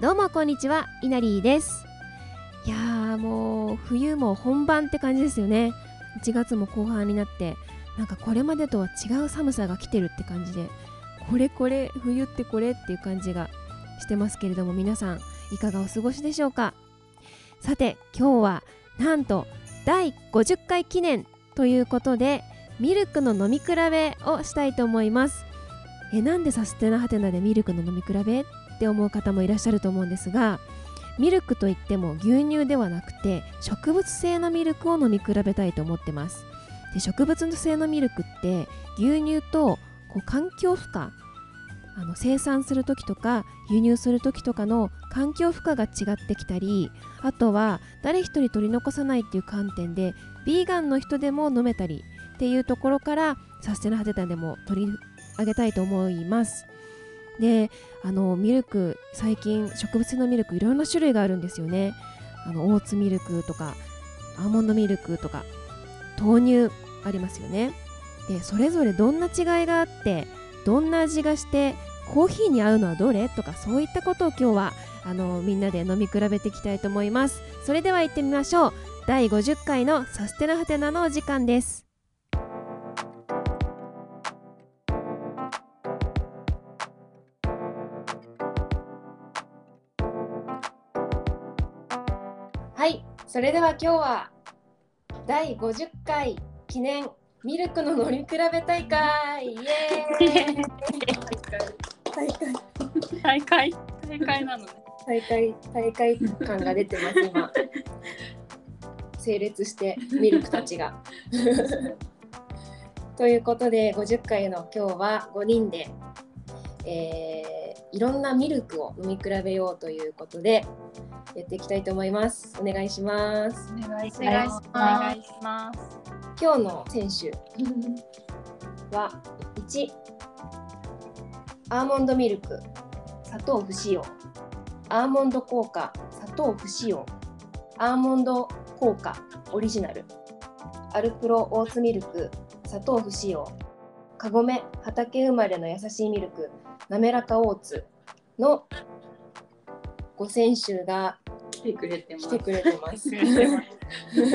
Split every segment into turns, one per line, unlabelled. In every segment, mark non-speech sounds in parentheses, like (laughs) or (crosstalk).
どうもこんにちは、いなりーです。いやーもう冬も本番って感じですよね。1月も後半になって、なんかこれまでとは違う寒さが来てるって感じで、これこれ冬ってこれっていう感じがしてますけれども、皆さんいかがお過ごしでしょうか。さて今日はなんと第50回記念ということで、ミルクの飲み比べをしたいと思います。えなんでサステナハテナでミルクの飲み比べって思う方もいらっしゃると思うんですがミルクといっても牛乳ではなくて植物性のミルクを飲み比べたいと思ってますで植物性のミルクって牛乳とこう環境負荷あの生産する時とか輸入する時とかの環境負荷が違ってきたりあとは誰一人取り残さないっていう観点でビーガンの人でも飲めたりっていうところからサステナハテナでも取り上げたいと思いますであのミルク最近植物性のミルクいろんな種類があるんですよねあのオーツミルクとかアーモンドミルクとか豆乳ありますよねでそれぞれどんな違いがあってどんな味がしてコーヒーに合うのはどれとかそういったことを今日はあのみんなで飲み比べていきたいと思いますそれでは行ってみましょう第50回のサステナハテナのお時間ですはい、それでは今日は第50回記念ミルクの飲み比べ大会イエーイ
大会
大会大会なのね。
大会大会感が出てます今整列してミルクたちが (laughs) ということで50回の今日は5人で、えーいろんなミルクを飲み比べようということでやっていきたいと思いますお願いします
お願いし
お願いします
ます。
今日の選手は1アーモンドミルク砂糖不使用アーモンド効果砂糖不使用アーモンド効果オリジナルアルプロオーツミルク砂糖不使用カゴメ畑生まれの優しいミルクなめらかオーツの5選手が
来てくれてま
来
す
て。くれ
(laughs)
てます。
お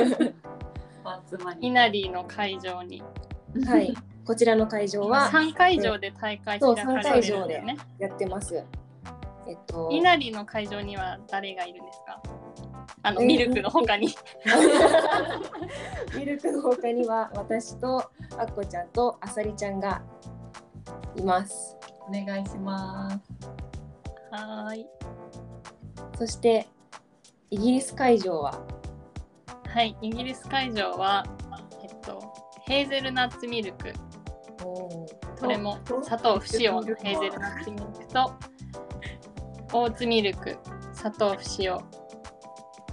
集まり。
イナリーの会場に。
はい、こちらの会場は
三会場で大会
そう
開かれるんだよね。
やってます。えっと、
イナリーの会場には誰がいるんですか。あの
えー
ミルクの他に。
ミルクの他には私とあっこちゃんとあさりちゃんがいます。
お願いします。
はーい。
そしてイギリス会場は
はい。イギリス会場はえっとヘーゼルナッツミルク。これも砂糖不使用のヘーゼルナッツミルクとオーツミルク砂糖不使用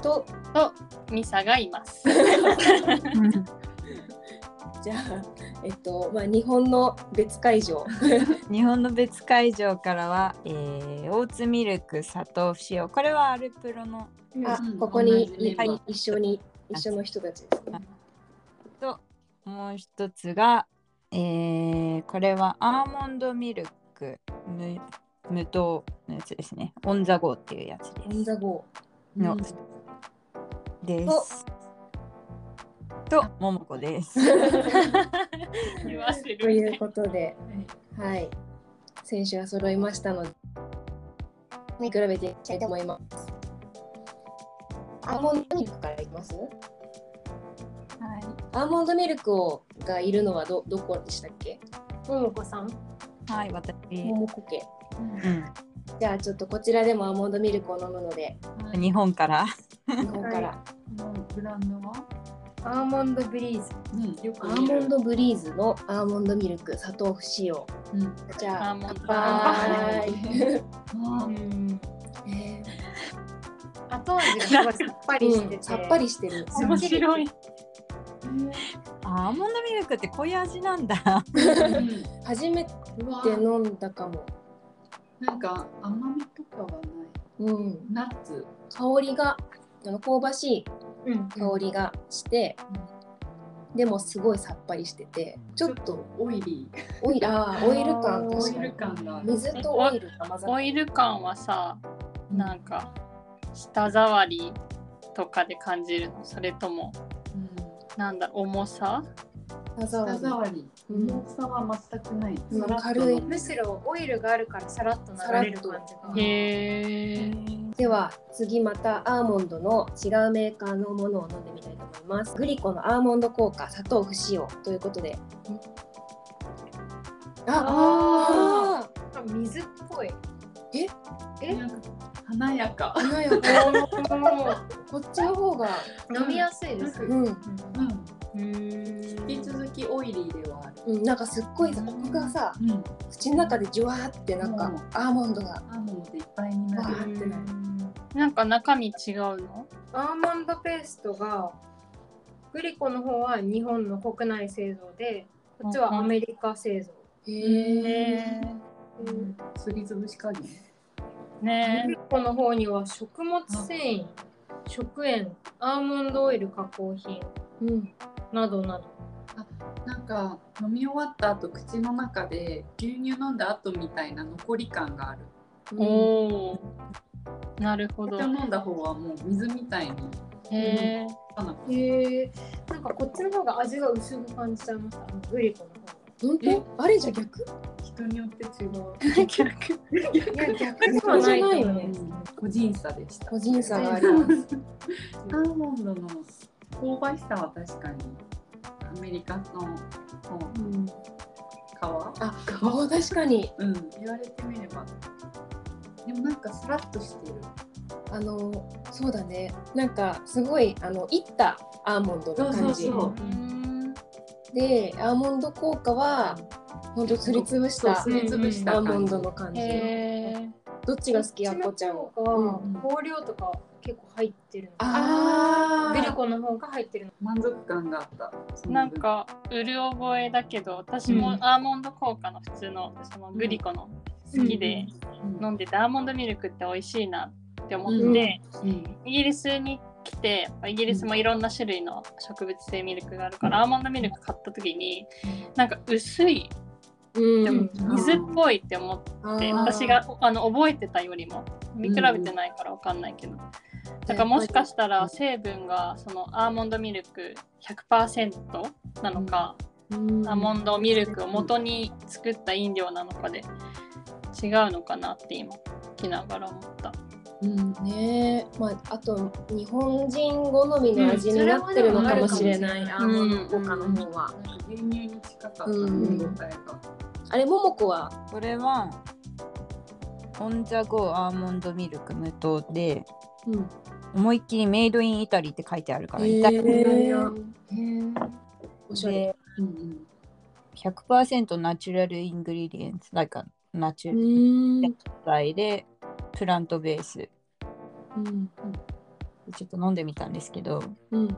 と
とミサがい
(laughs)
ます。
じゃあえっとまあ日本の別会場
(laughs) 日本の別会場からは、えー、オーツミルク砂糖不使用これはアルプロの
あ
うん
ここに
同じメ
い
ンバー
一緒に一緒の人たちですね。
ともう一つが、えー、これはアーモンドミルク無無糖のやつですねオンザゴーっていうやつ
オン
です
ザゴ
の
うん
ですとももこ
(laughs)
です
言わせ
ーという
る。
ことで。はい。選手が揃いましたので、見比べていきたいと思います。アーモンドミルクからいきます
はい。
アーモンドミルクをがいるのはどどこでしたっけももこさん。
はい私、
ももこ家。
う
じゃあちょっとこちらでもアーモンドミルクを飲むので、
ん、日本から
日本から。
このブランドは、
アーモンドブリーズ。
うん、よく
アー
見る
モンドブリーズのアーモンドミルク、砂糖不使用。
うん。
じゃ
アー
あ、
モンド
バーイ。 (laughs)
あ
え
後味がすごいさっぱりして
ー
て。
うんさっぱりしてる。
面白い。
あアーモンドミルクってこういう味なんだ
ー
初めて
うわ
飲んだかも。
なんか甘みとかはない。
うん。
ナッツ。
香りがあの香ばしい
うん。
香りがして、でもすごいさっぱりしててちょっと
オイリー。
オイルあーオイル感
あー
確
オ
か
イル
に
感がある。
水とオイルが混ざ
オ
っ
イル感はさ、なんか舌触りとかで感じるのそれともなんだ重さ
歯
う
触
ん、
り
舌触り、
うん
重さは全くない。
うん
さらっと
軽い
むしろオイルがあるからさらっと流れる感じが。
へえ
では次またアーモンドの違うメーカーのものを飲んでみたいと思いますグリコのアーモンド効果砂糖不使用ということであ
ああ、水っぽい。え
なんか華やか。
あなんやこうこっちの方が
飲みやすいです。
う
う
ん
ん。
うん
引き続きオイリーではある。
うん、なんかすっごいさ、ここがさ、
うん。
口の中でジュワーってなんか、
うん
アーモンドが。
アーモンドいっぱいになる。
わーってなる
なんか中身違うの
アーモンドペーストがグリコの方は日本の国内製造で、こっちはアメリカ製造。
へえ。
うん
すりつぶし加減。
ね
グリコの方には食物繊維、食塩、アーモンドオイル加工品
うん。
などなど。
なんか飲み終わった後口の中で牛乳飲んだ後みたいな残り感がある。
おおーなるほ
こ
ど
れを飲んだ方はもう水みたいに。
へえ
あの
へえ。なんかこっちの方が味が薄く感じちゃいました。あのグリコの方。
本
え
当？あれじゃ逆？
人によって違う。
いや逆
で
で
は
は
な
ないい
と
と
思
思
う
う
ね
個人差でした。
個人差があります。
アーモンドの香ばしさは確かにアメリカのの
うん。
皮。
あ、おー確かに、
うん。言われてみれば。でもなんかさらっとしてる。
あの、そうだね。なんかすごいあのいったアーモンドの感じ。
そうそう
うん
で、アーモンド効果は本当すりつぶし
そう
た
すりつぶした
ア
感
ー
じ。
モンドの感じ。
へえ
どっちが好き？あっこちゃんは。
は
うん
香料とか結構入ってるの
あ
グリ
あ。
コの方が入ってるの
満足感があった。その
なんかうる覚えだけど私も
うん
アーモンド効果の普通のそのグリコの好きで
うん
飲んでてアーモンドミルクって美味しいなって思って、
うん
イギリスに来てやっぱイギリスもいろんな種類の植物性ミルクがあるから、アーモンドミルク買った時になんか薄いでも水っぽいって思って、私があの覚えてたよりも見比べてないからわかんないけど、だからもしかしたら成分がそのアーモンドミルク100%なのか、アーモンドミルクを元に作った飲料なのかで違うのかなって今聞きながら思った。
うん
ねえ、まあ、あと日本人好みの味になってるのかもしれない、
うん
アーモンド効果の方は。
なんか牛乳に近かった
う
飲
ん
み応えが。
あれ、ももこは、
これはオン・ザ・ゴーアーモンドミルク無糖で
うん、
思いっきりメイド・イン・イタリーって書いてあるから、イタリ
え
ー
おし
ア
ゃれ。
で
うん
100%ナチュラル・イングリディエンツ、なんかナチュラル
ん
材でプラントベース。
うん
ちょっと飲んでみたんですけど、
うん、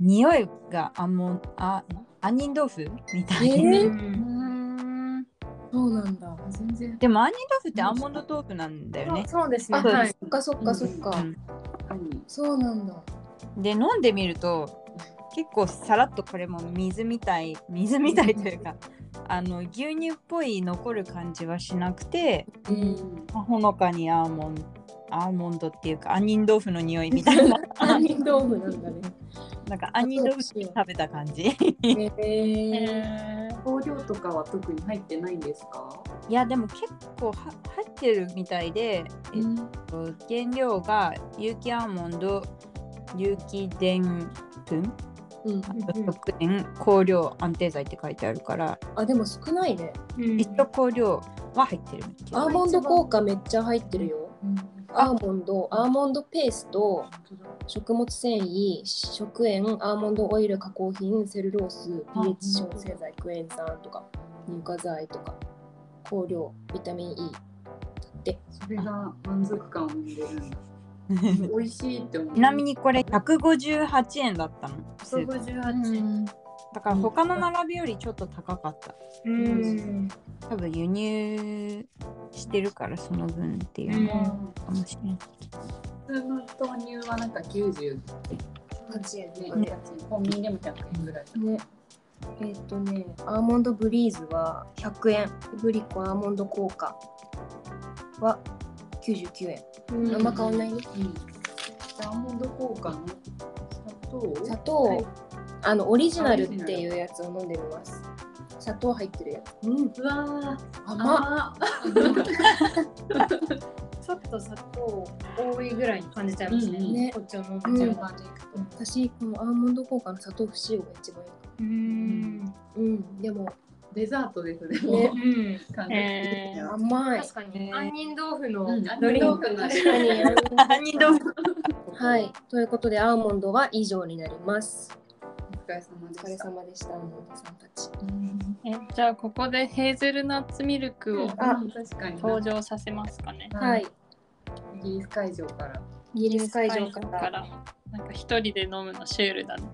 匂いがアーモンあ杏仁豆腐みたいな。
えー
うん
そうなんだ。
うん。全然
でも杏仁豆腐ってアーモンド豆腐なんだよね。
そうです
あ、
ねはい
そっかそっかそっか。
う
何
そうなんだ。
んで飲んでみると結構さらっとこれも水みたい水みたいというかあの牛乳っぽい残る感じはしなくて
う、
うんん。
ほのかにアーモンアーモンドっていうか杏仁豆腐の匂いみたいな
杏仁豆腐なんだね。
なんか杏仁豆腐食べた感じ。
へえ
えー
香料とかは特に入ってないんですか？
いやでも結構は入ってるみたいで、えっと、原料が有機アーモンド有機でんぷん
うん、
あと食塩香料安定剤って書いてあるから、
あ、でも少ないね。
うん
一応香料は入ってるみたい
アーモンド効果めっちゃ入ってるよ。アーモンド、アーモンドペースト、食物繊維、食塩、アーモンドオイル加工品、セルロース、pH 消成剤、クエン酸とか、乳化剤とか、香料、ビタミン E だって。
それが満足感を生んでるんだ。美味しいって思う。
ちなみにこれ158円だったのスーパー
158
だから他の並びよりちょっと高かった
うん
多分輸入してるからその分っていう
うん
のかもしれない、
普通の豆乳はなんか90
8円
円ね、コンビニでも100円ぐらい。
ね。えーっ、とね、アーモンドブリーズは100円、グリコアーモンド効果は99円。
うん
あんま変わんないね。
うんアーモンド効果の砂糖
砂糖、あのオリジナルって
オリジ
いうやつを飲んでみます。砂糖入ってるやつ。うん、
うわー
甘っ。
ちょっと砂糖多いぐらいに感じちゃいますね。
うんうん
ね
こっちを飲ん
うん
でちゃう
感じでいくと
私このアーモンド効果の砂糖不使用が一番いいかも。
うん。
うん、でも
デザートですね
ね
も
うん。
う感じ
えー
甘い。
確かに、
ね
杏仁豆腐の
うん
ドリン
杏仁豆腐
ク。
の
確かに。
杏仁豆腐
はい、ということでアーモンドは以上になります。
お疲れ様
お疲
で
れ
した
様でした、アーモンドさんたち。
えじゃあここでヘーゼルナッツミルクを
あ
うん確かに
登場させますかね。
はい、
イギリス会場から
イギリス会場か。
会場かららなんか一人で飲むのシュールだね。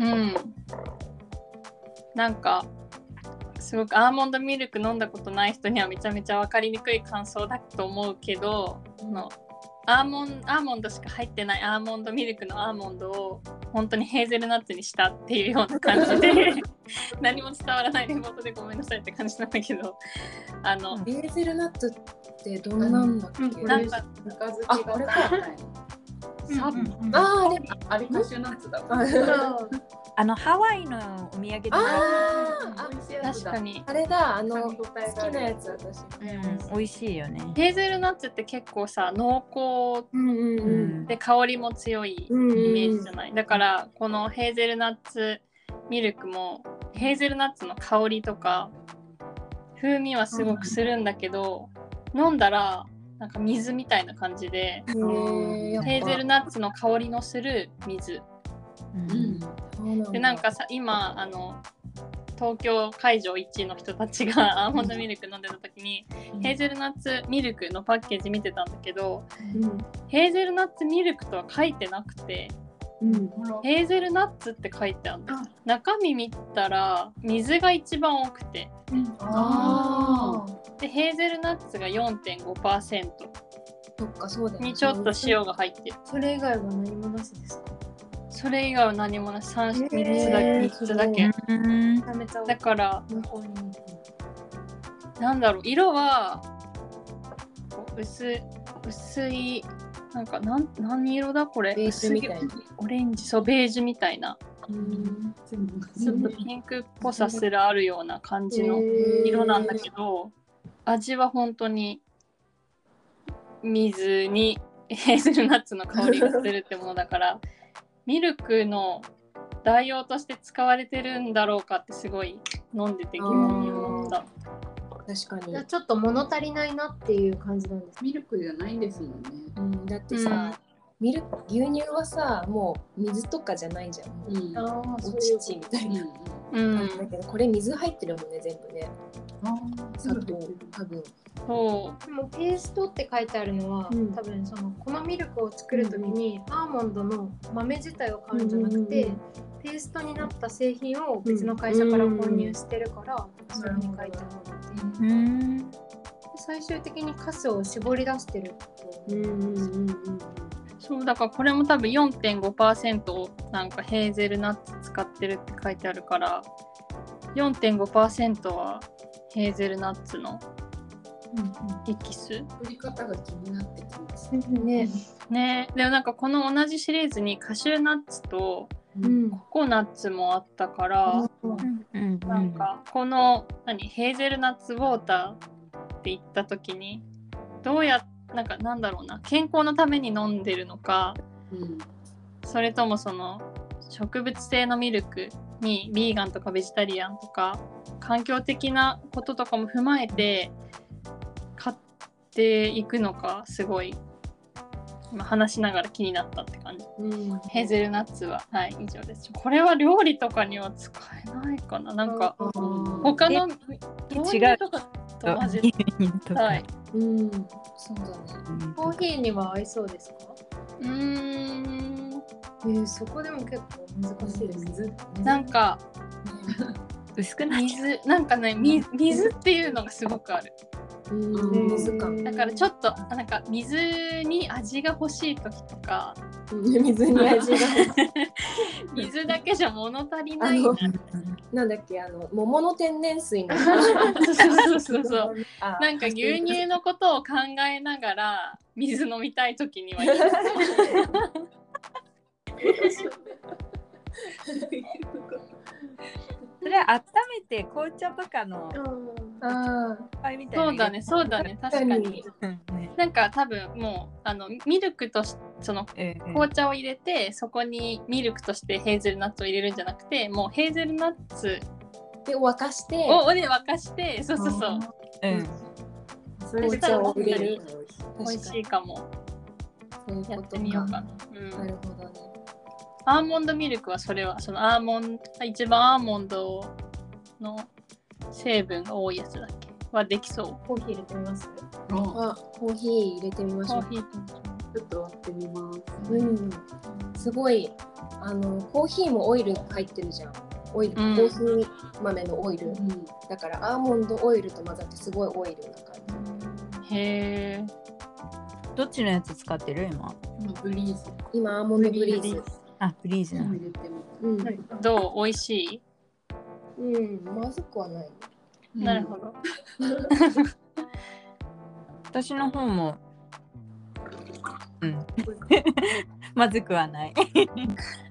うん。なんかすごくアーモンドミルク飲んだことない人にはめちゃめちゃ分かりにくい感想だと思うけど、あのアーモンアーモンドしか入ってないアーモンドミルクのアーモンドを本当にヘーゼルナッツにしたっていうような感じで何も伝わらないレポートでごめんなさいって感じなんだけどあの、
ベーゼルナッツってどんなんだっけ？
うんこ
な
あ
んか
ぬか漬
あ
け
これ
が
か
みたい
サブ
あー、でも
なあれカシューナッツだ
あ
あのハワイのお土産で
あーあ
美味しいや
確
つだ
かに
あれだ、あ
噛
の
み
好
応えがあ
き
る
なやつ私。
うん美味しいよね。
ヘーゼルナッツって結構さ濃厚
うんうん
う
うん。
ん
で香りも強いイ
うんうんうん
メージじゃない、だからこのヘーゼルナッツミルクもヘーゼルナッツの香りとか風味はすごくするんだけど、飲んだらなんか水みたいな感じで
へーやっぱ
ヘーゼルナッツの香りのする水
うん
そうだ
でなんかさ今あの東京会場1位の人たちがアーモンドミルク飲んでた時に、ヘーゼルナッツミルクのパッケージ見てたんだけど、ヘーゼルナッツミルクとは書いてなくて
うん
ほら
ヘーゼルナッツって書いてあるの中身見たら水が一番多くて
ああ、
でヘーゼルナッツが4.5%
そっかそうだよね。
にちょっと塩が入ってる
それ以外は何もなしですか
それ以外は何もない 3,
へ
3
ー
つだけ三つだけ
うん
めちゃめちゃ
だから
向こうに。
なんだろう色は薄薄いなんかなん何色だこれ
ベージュみたいな
薄オレンジそうベージュみたいな
うん
ちょっとピンクっぽさすらあるような感じの色なんだけど、味は本当に水に (laughs) ヘーゼルナッツの香りがするってものだからミルクの代用として使われてるんだろうかってすごい飲んでて疑問に思った。
確か
じ
に
ゃあ。ちょっと物足りないなっていう感じなんです。
ミルクじゃないんですもんね
うん、だってさ、ミルク牛乳はさ、もう水とかじゃないじゃん。もう
うんうん
ああ、
お
そういう。
乳みたいな。
う
だ
ん、
けどこれ水入ってるもんね全部ね。砂糖多分。
そ
でもペーストって書いてあるのは、
うん
多分そのこのミルクを作る時に、アーモンドの豆自体を買うんじゃなくて、
うんうん
ペーストになった製品を別の会社から購入してるから、
ん
それに書いてあるっていう、
うん
最終的にカスを絞り出してると、
うんうんうんうん。
うそうだからこれも多分4.5%なんかヘーゼルナッツ使ってるって書いてあるから4.5%はヘーゼルナッツのエキス、
作り方が気になってきます
ね。
ねでもなんかこの同じシリーズにカシューナッツと
うん。
ココナッツもあったから、
うん
なんかこの何ヘーゼルナッツウォーターって言った時にどうやなんかなんだろうな健康のために飲んでるのか
うん
それともその植物性のミルクにヴィーガンとかベジタリアンとか環境的なこととかも踏まえて買っていくのかすごい今話しながら気になったって感じ。
うん。
ヘーゼルナッツははい以上です。これは料理とかには使えないかな。なんか
うん
他の
違う
豆乳とかと混ぜ
と
たい。
うん。そうだね。
コーヒーには合いそうですか、
うーん
えーそこでも結構難しいですね。
水
なんか
薄くない
水なんかねみ水っていうのがすごくある。
うん
水か
だからちょっとなんか水に味が欲しい時とか
水に味が
水だけじゃ物足りないな
あの (laughs) なんだっけあの桃の天然
(laughs)
水の
そうそうそうそう
あ
なんか牛乳のことを考えながら水飲みたい時にはいいです
それ温めて紅茶とかの
あ
いっぱいみたいな
そうだねそうだね確かに
うんね
なんか多分もうあのミルクとしその
ええ
紅茶を入れてそこにミルクとしてヘーゼルナッツを入れるんじゃなくてもうヘーゼルナッツ
ーで沸かして
をおで沸かしてそうそうそう
うんそ
そ
れ
したら
本
本当
当に
に
確か
美
に
味しいかも
そういう
や
こ
っ
と
てみよう
か
かな、うん
なるほどね
アーモンドミルクはそれはそのアーモンド一番アーモンドの成分が多いやつだっけはできそう
コーヒー入れてみます
あ
あコーヒー入れてみまし
コ
ょ
ー
う
ヒー
ちょっと割ってみます。
うんすごいあのコーヒーもオイル入ってるじゃんオイル、
うん
コーヒー豆のオイル
うん
だからアーモンドオイルと混ざってすごいオイルな感
へ
じ
え
どっちのやつ使ってる今
今ブリーズ。
今アーモンドブリーズ
あフリーズ
も
な
入れてみ
うん、
はい
どう美味しい、
うん、まずくはない
た。
なるほど
私の方もうん (laughs) まずくはない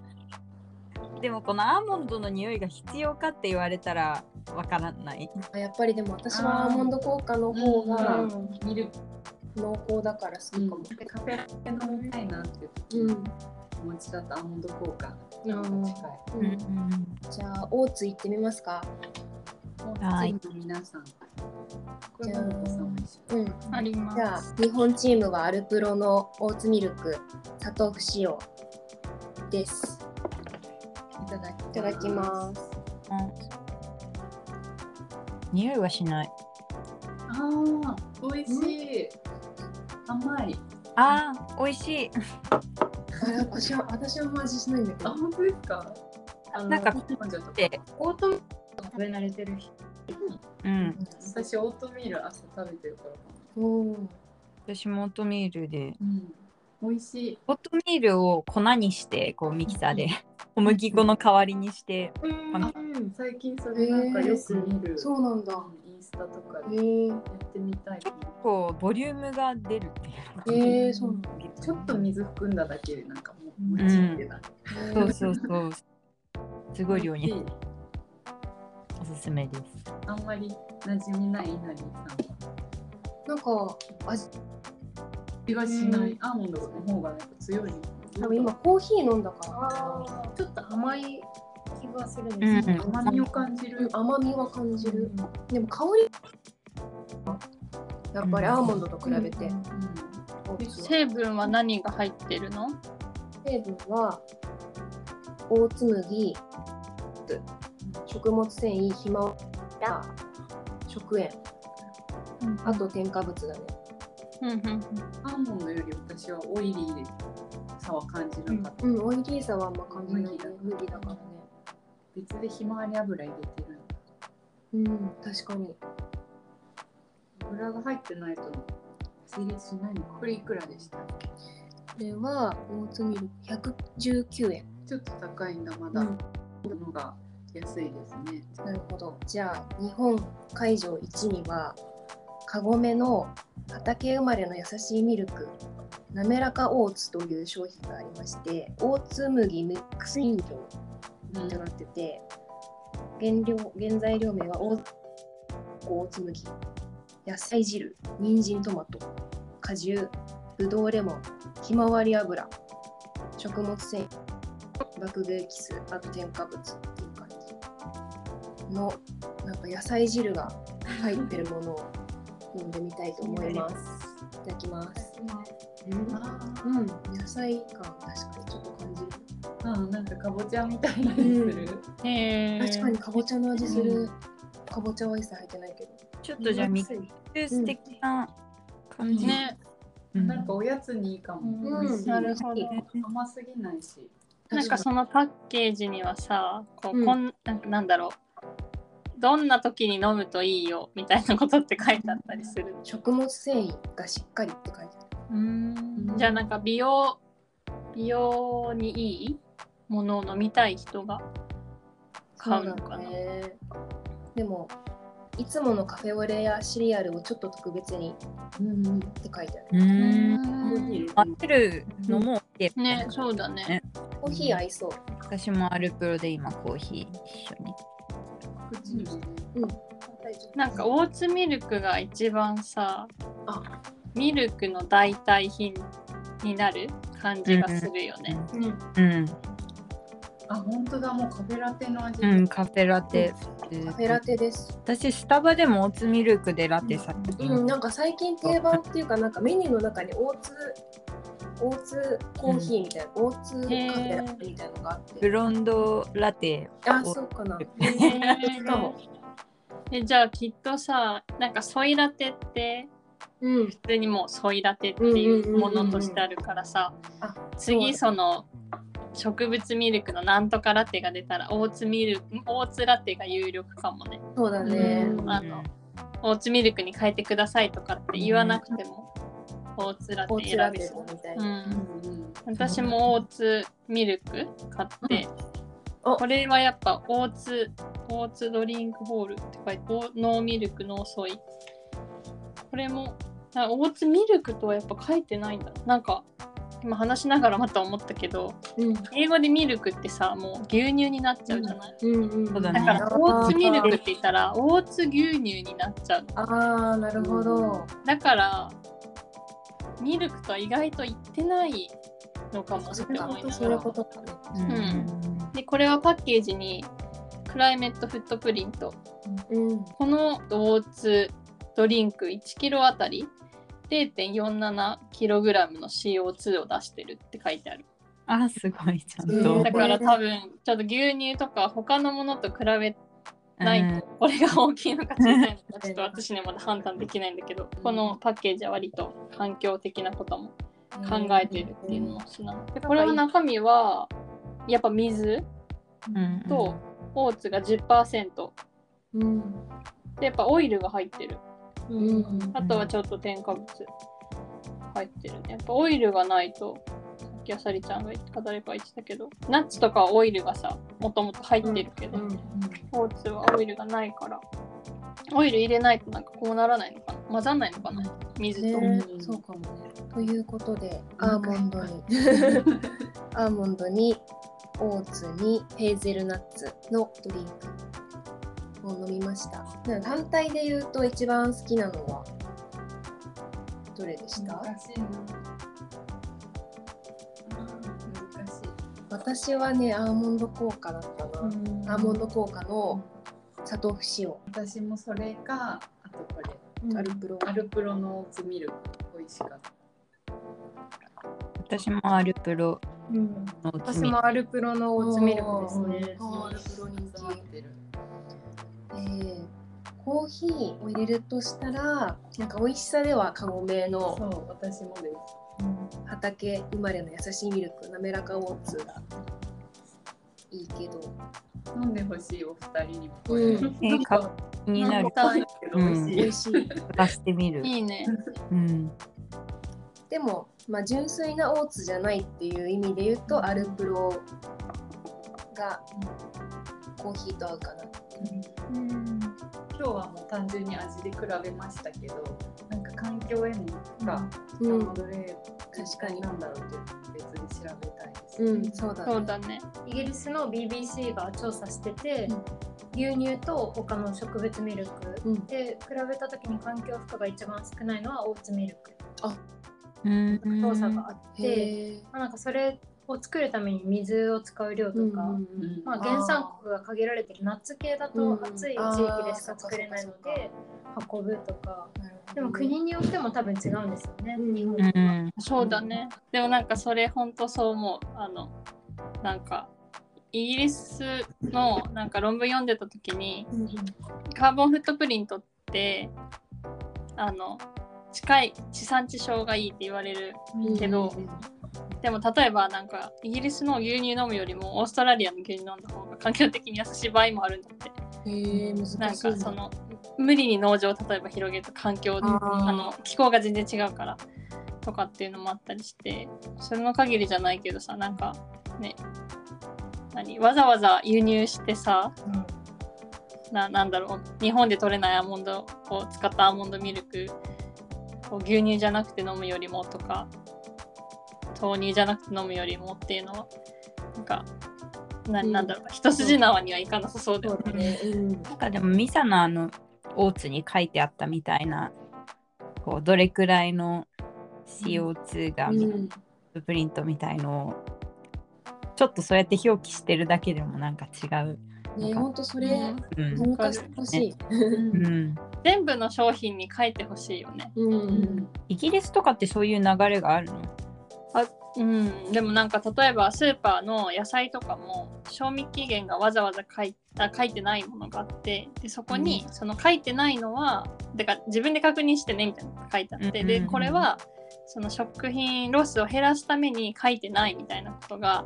(laughs) でもこのアーモンドの匂いが必要かって言われたらわからない
あやっぱりでも私はアーモンド効果の方
う
が
ん。ミルク
濃厚だから好きかも、
でカフェ飲みたいなって時
うん
にお持ちだったアーモンド効果
うん
が
う
うんんうん
じゃあ大津行ってみますか
は
近い。
い
チームの皆さん。これもお子さんも一緒。
うん
あります
じゃあ日本チームはアルプロのオーツミルク砂糖不使用です
いただき。
いただきますす
匂いはしない
ああ、美味しい。甘い。
あー美味しい
あれ私は私はマジしないんだけ
あ、
ど
本当ですか。
あの
なんか
飲んじゃった
で
オートミールとか食べ慣れてる人
うん
私オートミール朝食べてるからかな。
うん
私もオートミールで
うん。美味しい。
オートミールを粉にしてこうミキサーで小麦粉の代わりにして
あ最近それなんかよく見る。
そうなんだ
インスタとか
へ
でやっ
え
てみたいかも。
こうボリュームが出るっていうのが
へえそうなんだ
ちょっと水含んだだけでなんかもうもちってなる。
そうそうそうすごい量
美
に
味しい
おすすめです
あんまり馴染みない稲荷さんは。
なんか味
気がしない。アーモンドの方がなんか強い。
多分今コーヒー飲んだから
あーちょっと甘い気がするん
う
ですよ、
甘みを感じる。
甘みは感じる、でも香りやっぱりアーモンドと比べて、
う
オーツは
成分は何が入ってるの
成分は大つ麦食物繊維ひまわりや食塩あと添加物だね
うんうんうん
ん、アーモンドより私はオイリーさは感じなかった。
うんオイリーさはあんま感じないね麦だからね
別でひまわり油入れてる。
うん確かに
油が入ってないと成立しないのか。これいくらでした
これは大津ミルク119円
ちょっと高いんだ、まだ。
う
も
ん
のが安いですね。
なるほどじゃあ日本会場1にはカゴメの畑生まれの優しいミルクなめらかオーツという商品がありましてオーツ麦ミックス飲料
うん
となってて原料原材料名はオーツオーツ麦野菜汁人参トマト果汁ぶどうレモンひまわり油食物繊維爆ゲキスあと添加物っていう感じのなんか野菜汁が入ってるものを飲んでみたいと (laughs) 思います。いただきます。うん
あ
野菜感確かにちょっと感じる。
ーあー、なんかかぼちゃみたいな味する。
へえ
確かにかぼちゃの味する。かぼちゃは一切入ってないけど。
ちょっとじゃあミックス的な感じ、
ね
うん
なんかおやつにいいかも。
うん
美味しい
なるほど
甘すぎないし。
なんかそのパッケージにはさこう、
うん
こんなんかなんだろうどんな時に飲むといいよみたいなことって書いてあったりする
食物繊維がしっかりって書いてある
じゃあなんか美容美容にいいものを飲みたい人が買うのかな
そうだねでもいつものカフェオレやシリアルをちょっと特別に
うんうん
って書いてある
うーん。
うん
合ってるのも OK
ねそうだね
ね
コーヒー合いそう
私もアルプロで今コーヒー一緒に。
こっちにもね
なんかオーツミルクが一番さ
あ
ミルクの代替品になる感じがするよね、
うん。
あ本当だもうカフェラテの味、
うん、カフェラテ。
カフェラテです
私、スタバでもオーツミルクでラテさ。
うんなんか最近定番っていうかなんかメニューの中にオーツオーツコーヒーみたいな、オーツカフェラテみたいなのがあって
ブロンドラテ。
あそうか
(laughs)
な
へー
かも
えじゃあきっとさなんかソイラテって
うん
普通にもうソイラテっていうものとしてあるからさ
うんうんうん
次その植物ミルクのなんとかラテが出たらオーツミルクオーツラテが有力かもね
そうだね
うん
あのオーツミルクに変えてくださいとかって言わなくてもオーツラ
オ
テ
ーツラ
選
テ
べそう、
みたいうな、
ん、
うんうん
私もオーツミルク買って、
うんお
これはやっぱオーツオーツドリンクホールって書いてオーノーミルクノーソイこれもあオーツミルクとはやっぱ書いてないんだなんか今話しながらまた思ったけど
うん
英語でミルクってさもう牛乳になっちゃうじゃない、
うんうん
そうだ
だ
ね
からオーツミルクって言ったらオーツ牛乳になっちゃう
ああなるほど、
だからミルクとは意外と言ってないのかもって
そうか
思いな
そ
が
ういう
ら
ことかね
うん。
でこれはパッケージにクライメットフットプリント
うん
このオーツドリンク1キロあたり 0.47kg の CO2 を出してるって書いてある
あ、すごい、ちゃん
えー
と
だ。から多分ちょっと牛乳とか他のものと比べないとこれが大きいのか小さいのかちょっと私にはまだ判断できないんだけどこのパッケージは割と環境的なことも考えてるっていうのも素直でこれは中身はやっぱ水
うん。
とオーツが10%
うん
でやっぱオイルが入ってる
うん
あとはちょっと添加物入ってるねやっぱオイルがないとさっきあさりちゃんが言ってか誰か言ってたけどナッツとかはオイルがさもともと入ってるけど、オーツはオイルがないからオイル入れないとなんかこうならないのかな混ざんないのかな水と、
ね、そうかもね。ということで、アーモンドに、 (laughs) アーモンドに、オーツに、ヘーゼルナッツのドリンクを飲みました。なんか単体で言うと一番好きなのは、どれでした、
難しいなあー難しい
私はね、アーモンド効果だったな。アーモンド効果の砂糖不使用、
私もそれかあとこれ
アルプロ。
アルプロのオーツミルク美味しかった
私もアルプロ
うん、
のオー
私
ツミル
もアルプロのオーツミルクですね。
あーアルプロ人
伝わっ
気。
てる
えーコーヒーを入れるとしたらなんか美味しさではカゴメの
そう私もです
畑生まれの優しいミルク滑らかオーツがいいけど、
飲んでほしいお二人にも (laughs)
うん、
ク。えー、か気になる。
たいけど美味し
美
い、
味しい
出してみる。
いいね
うん。
でも、まあ、純粋なオーツじゃないっていう意味で言うとアルプロがコーヒーと合うかな
今日はもう単純に味で比べましたけどなんか環境への負荷、
う
どれ
確かに
なんだろうっていうのは別に調べたいです、
ん、うん、そうだ、ね、
そうだね
イギリスの BBC が調査してて、
うん
牛乳と他の植物ミルク
うん
で比べた時に環境負荷が一番少ないのはオーツミルク
うん。
調査があって、
へえ
まあ、なんかそれを作るために水を使う量とか、
うん
まあ、原産国が限られてるナッツ系だ
うん
と暑い地域でしか作れないので運ぶとかでも国によっても多分違うんですよね、日本
う
は。
ん。
そうだね、でもなんかそれ本当そう思うあのなんかイギリスのなんか論文読んでた時にカーボンフットプリントってあの近い地産地消がいいって言われるけど、でも例えばなんかイギリスの牛乳飲むよりもオーストラリアの牛乳飲んだ方が環境的に優しい場合もあるんだって
へえ難しい
なんかその無理に農場を例えば広げると環境
あー
あの気候が全然違うからとかっていうのもあったりしてそれの限りじゃないけどさなんかね何わざわざ輸入してさ
うん
ななんだろう日本で取れないアーモンドを使ったアーモンドミルクを牛乳じゃなくて飲むよりもとか豆乳じゃなくて飲むよりもっていうのはなんかな
うん
なんだろう、一筋縄にはいかなさそうだよ
そ
ね
うだねうん
なんかでもミサのあのオーツに書いてあったみたいなこうどれくらいの CO2 が
うん
プリントみたいのをちょっとそうやって表記してるだけでもなんか違う。
ね本当それ
うん
文化してほしい
うん、
全部の商品に書いてほしいよね。
う
うんん
イギリスとかってそういう流れがあるの
うん、でもなんか例えばスーパーの野菜とかも賞味期限がわざわざ書いあ書いてないものがあってでそこにその書いてないのは、だから自分で確認してねみたいなのが書いてあって、
うんうん
で
うん
これはその食品ロスを減らすために書いてないみたいなことが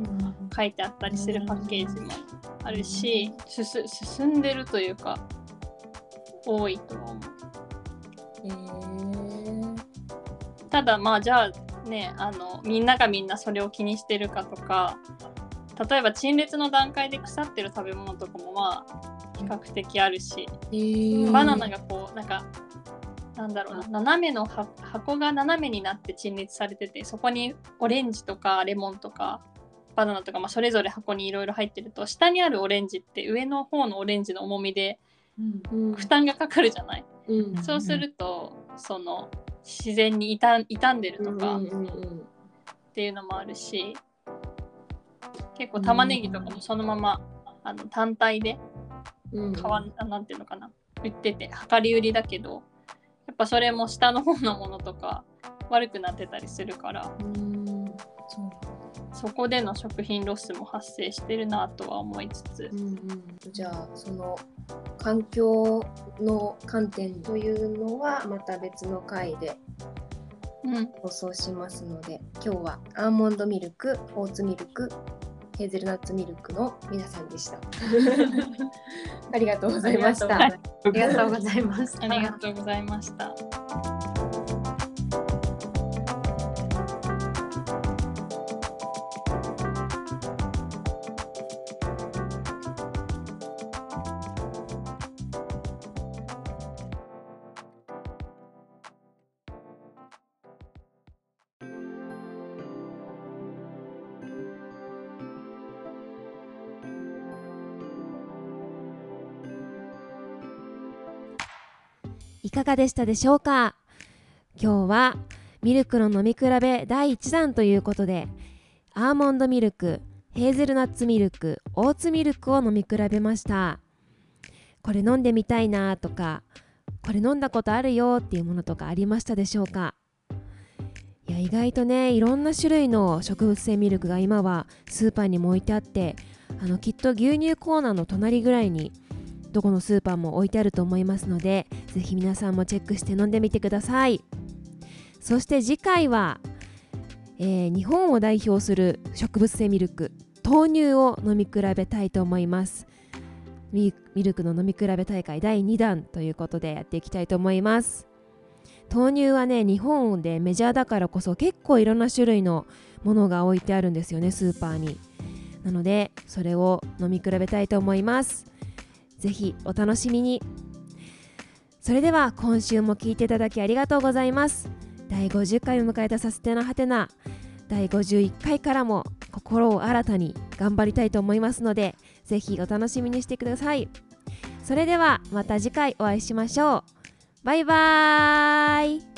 書いてあったりするパッケージもあるし、すす進んでるというか多いとは思う。
へー
ただまあじゃあねあのみんながみんなそれを気にしてるかとか例えば陳列の段階で腐ってる食べ物とかもまあ比較的あるし、
へー
バナナがこうなんかなんだろうな斜めのは箱が斜めになって陳列されててそこにオレンジとかレモンとかバナナとか、まあ、それぞれ箱にいろいろ入ってると下にあるオレンジって上の方のオレンジの重みで
うん
うん
負担がかかるじゃない、
うん
そうするとその自然に傷ん傷んでるとか、
うんうんうん
っていうのもあるし結構玉ねぎとかもそのままあの単体で
うん
買わんなんていうのかな売ってて量り売りだけどやっぱそれも下の方のものとか悪くなってたりするから
うんそう
そこでの食品ロスも発生してるなとは思いつつ
うんうん、じゃあその環境の観点というのはまた別の回で
うん
放送しますので今日はアーモンドミルクオーツミルクヘーゼルナッツミルクの皆さんでしたありがとうございました
あり
ありがとうございます。
ありがとうございました。
いかがでしたでしょうか今日はミルクの飲み比べ第1弾ということでアーモンドミルクヘーゼルナッツミルクオーツミルクを飲み比べましたこれ飲んでみたいなとかこれ飲んだことあるよっていうものとかありましたでしょうかいや意外とねいろんな種類の植物性ミルクが今はスーパーにも置いてあってあのきっと牛乳コーナーの隣ぐらいにどこのスーパーも置いてあると思いますのでぜひ皆さんもチェックして飲んでみてくださいそして次回は、えー日本を代表する植物性ミルク豆乳を飲み比べたいと思いますミミルクの飲み比べ大会第2弾ということでやっていきたいと思います豆乳はね日本でメジャーだからこそ結構いろんな種類のものが置いてあるんですよねスーパーになのでそれを飲み比べたいと思いますぜひお楽しみにそれでは今週も聞いていただきありがとうございます第50回を迎えたサステナハテナ第51回からも心を新たに頑張りたいと思いますのでぜひお楽しみにしてくださいそれではまた次回お会いしましょうバイバーイ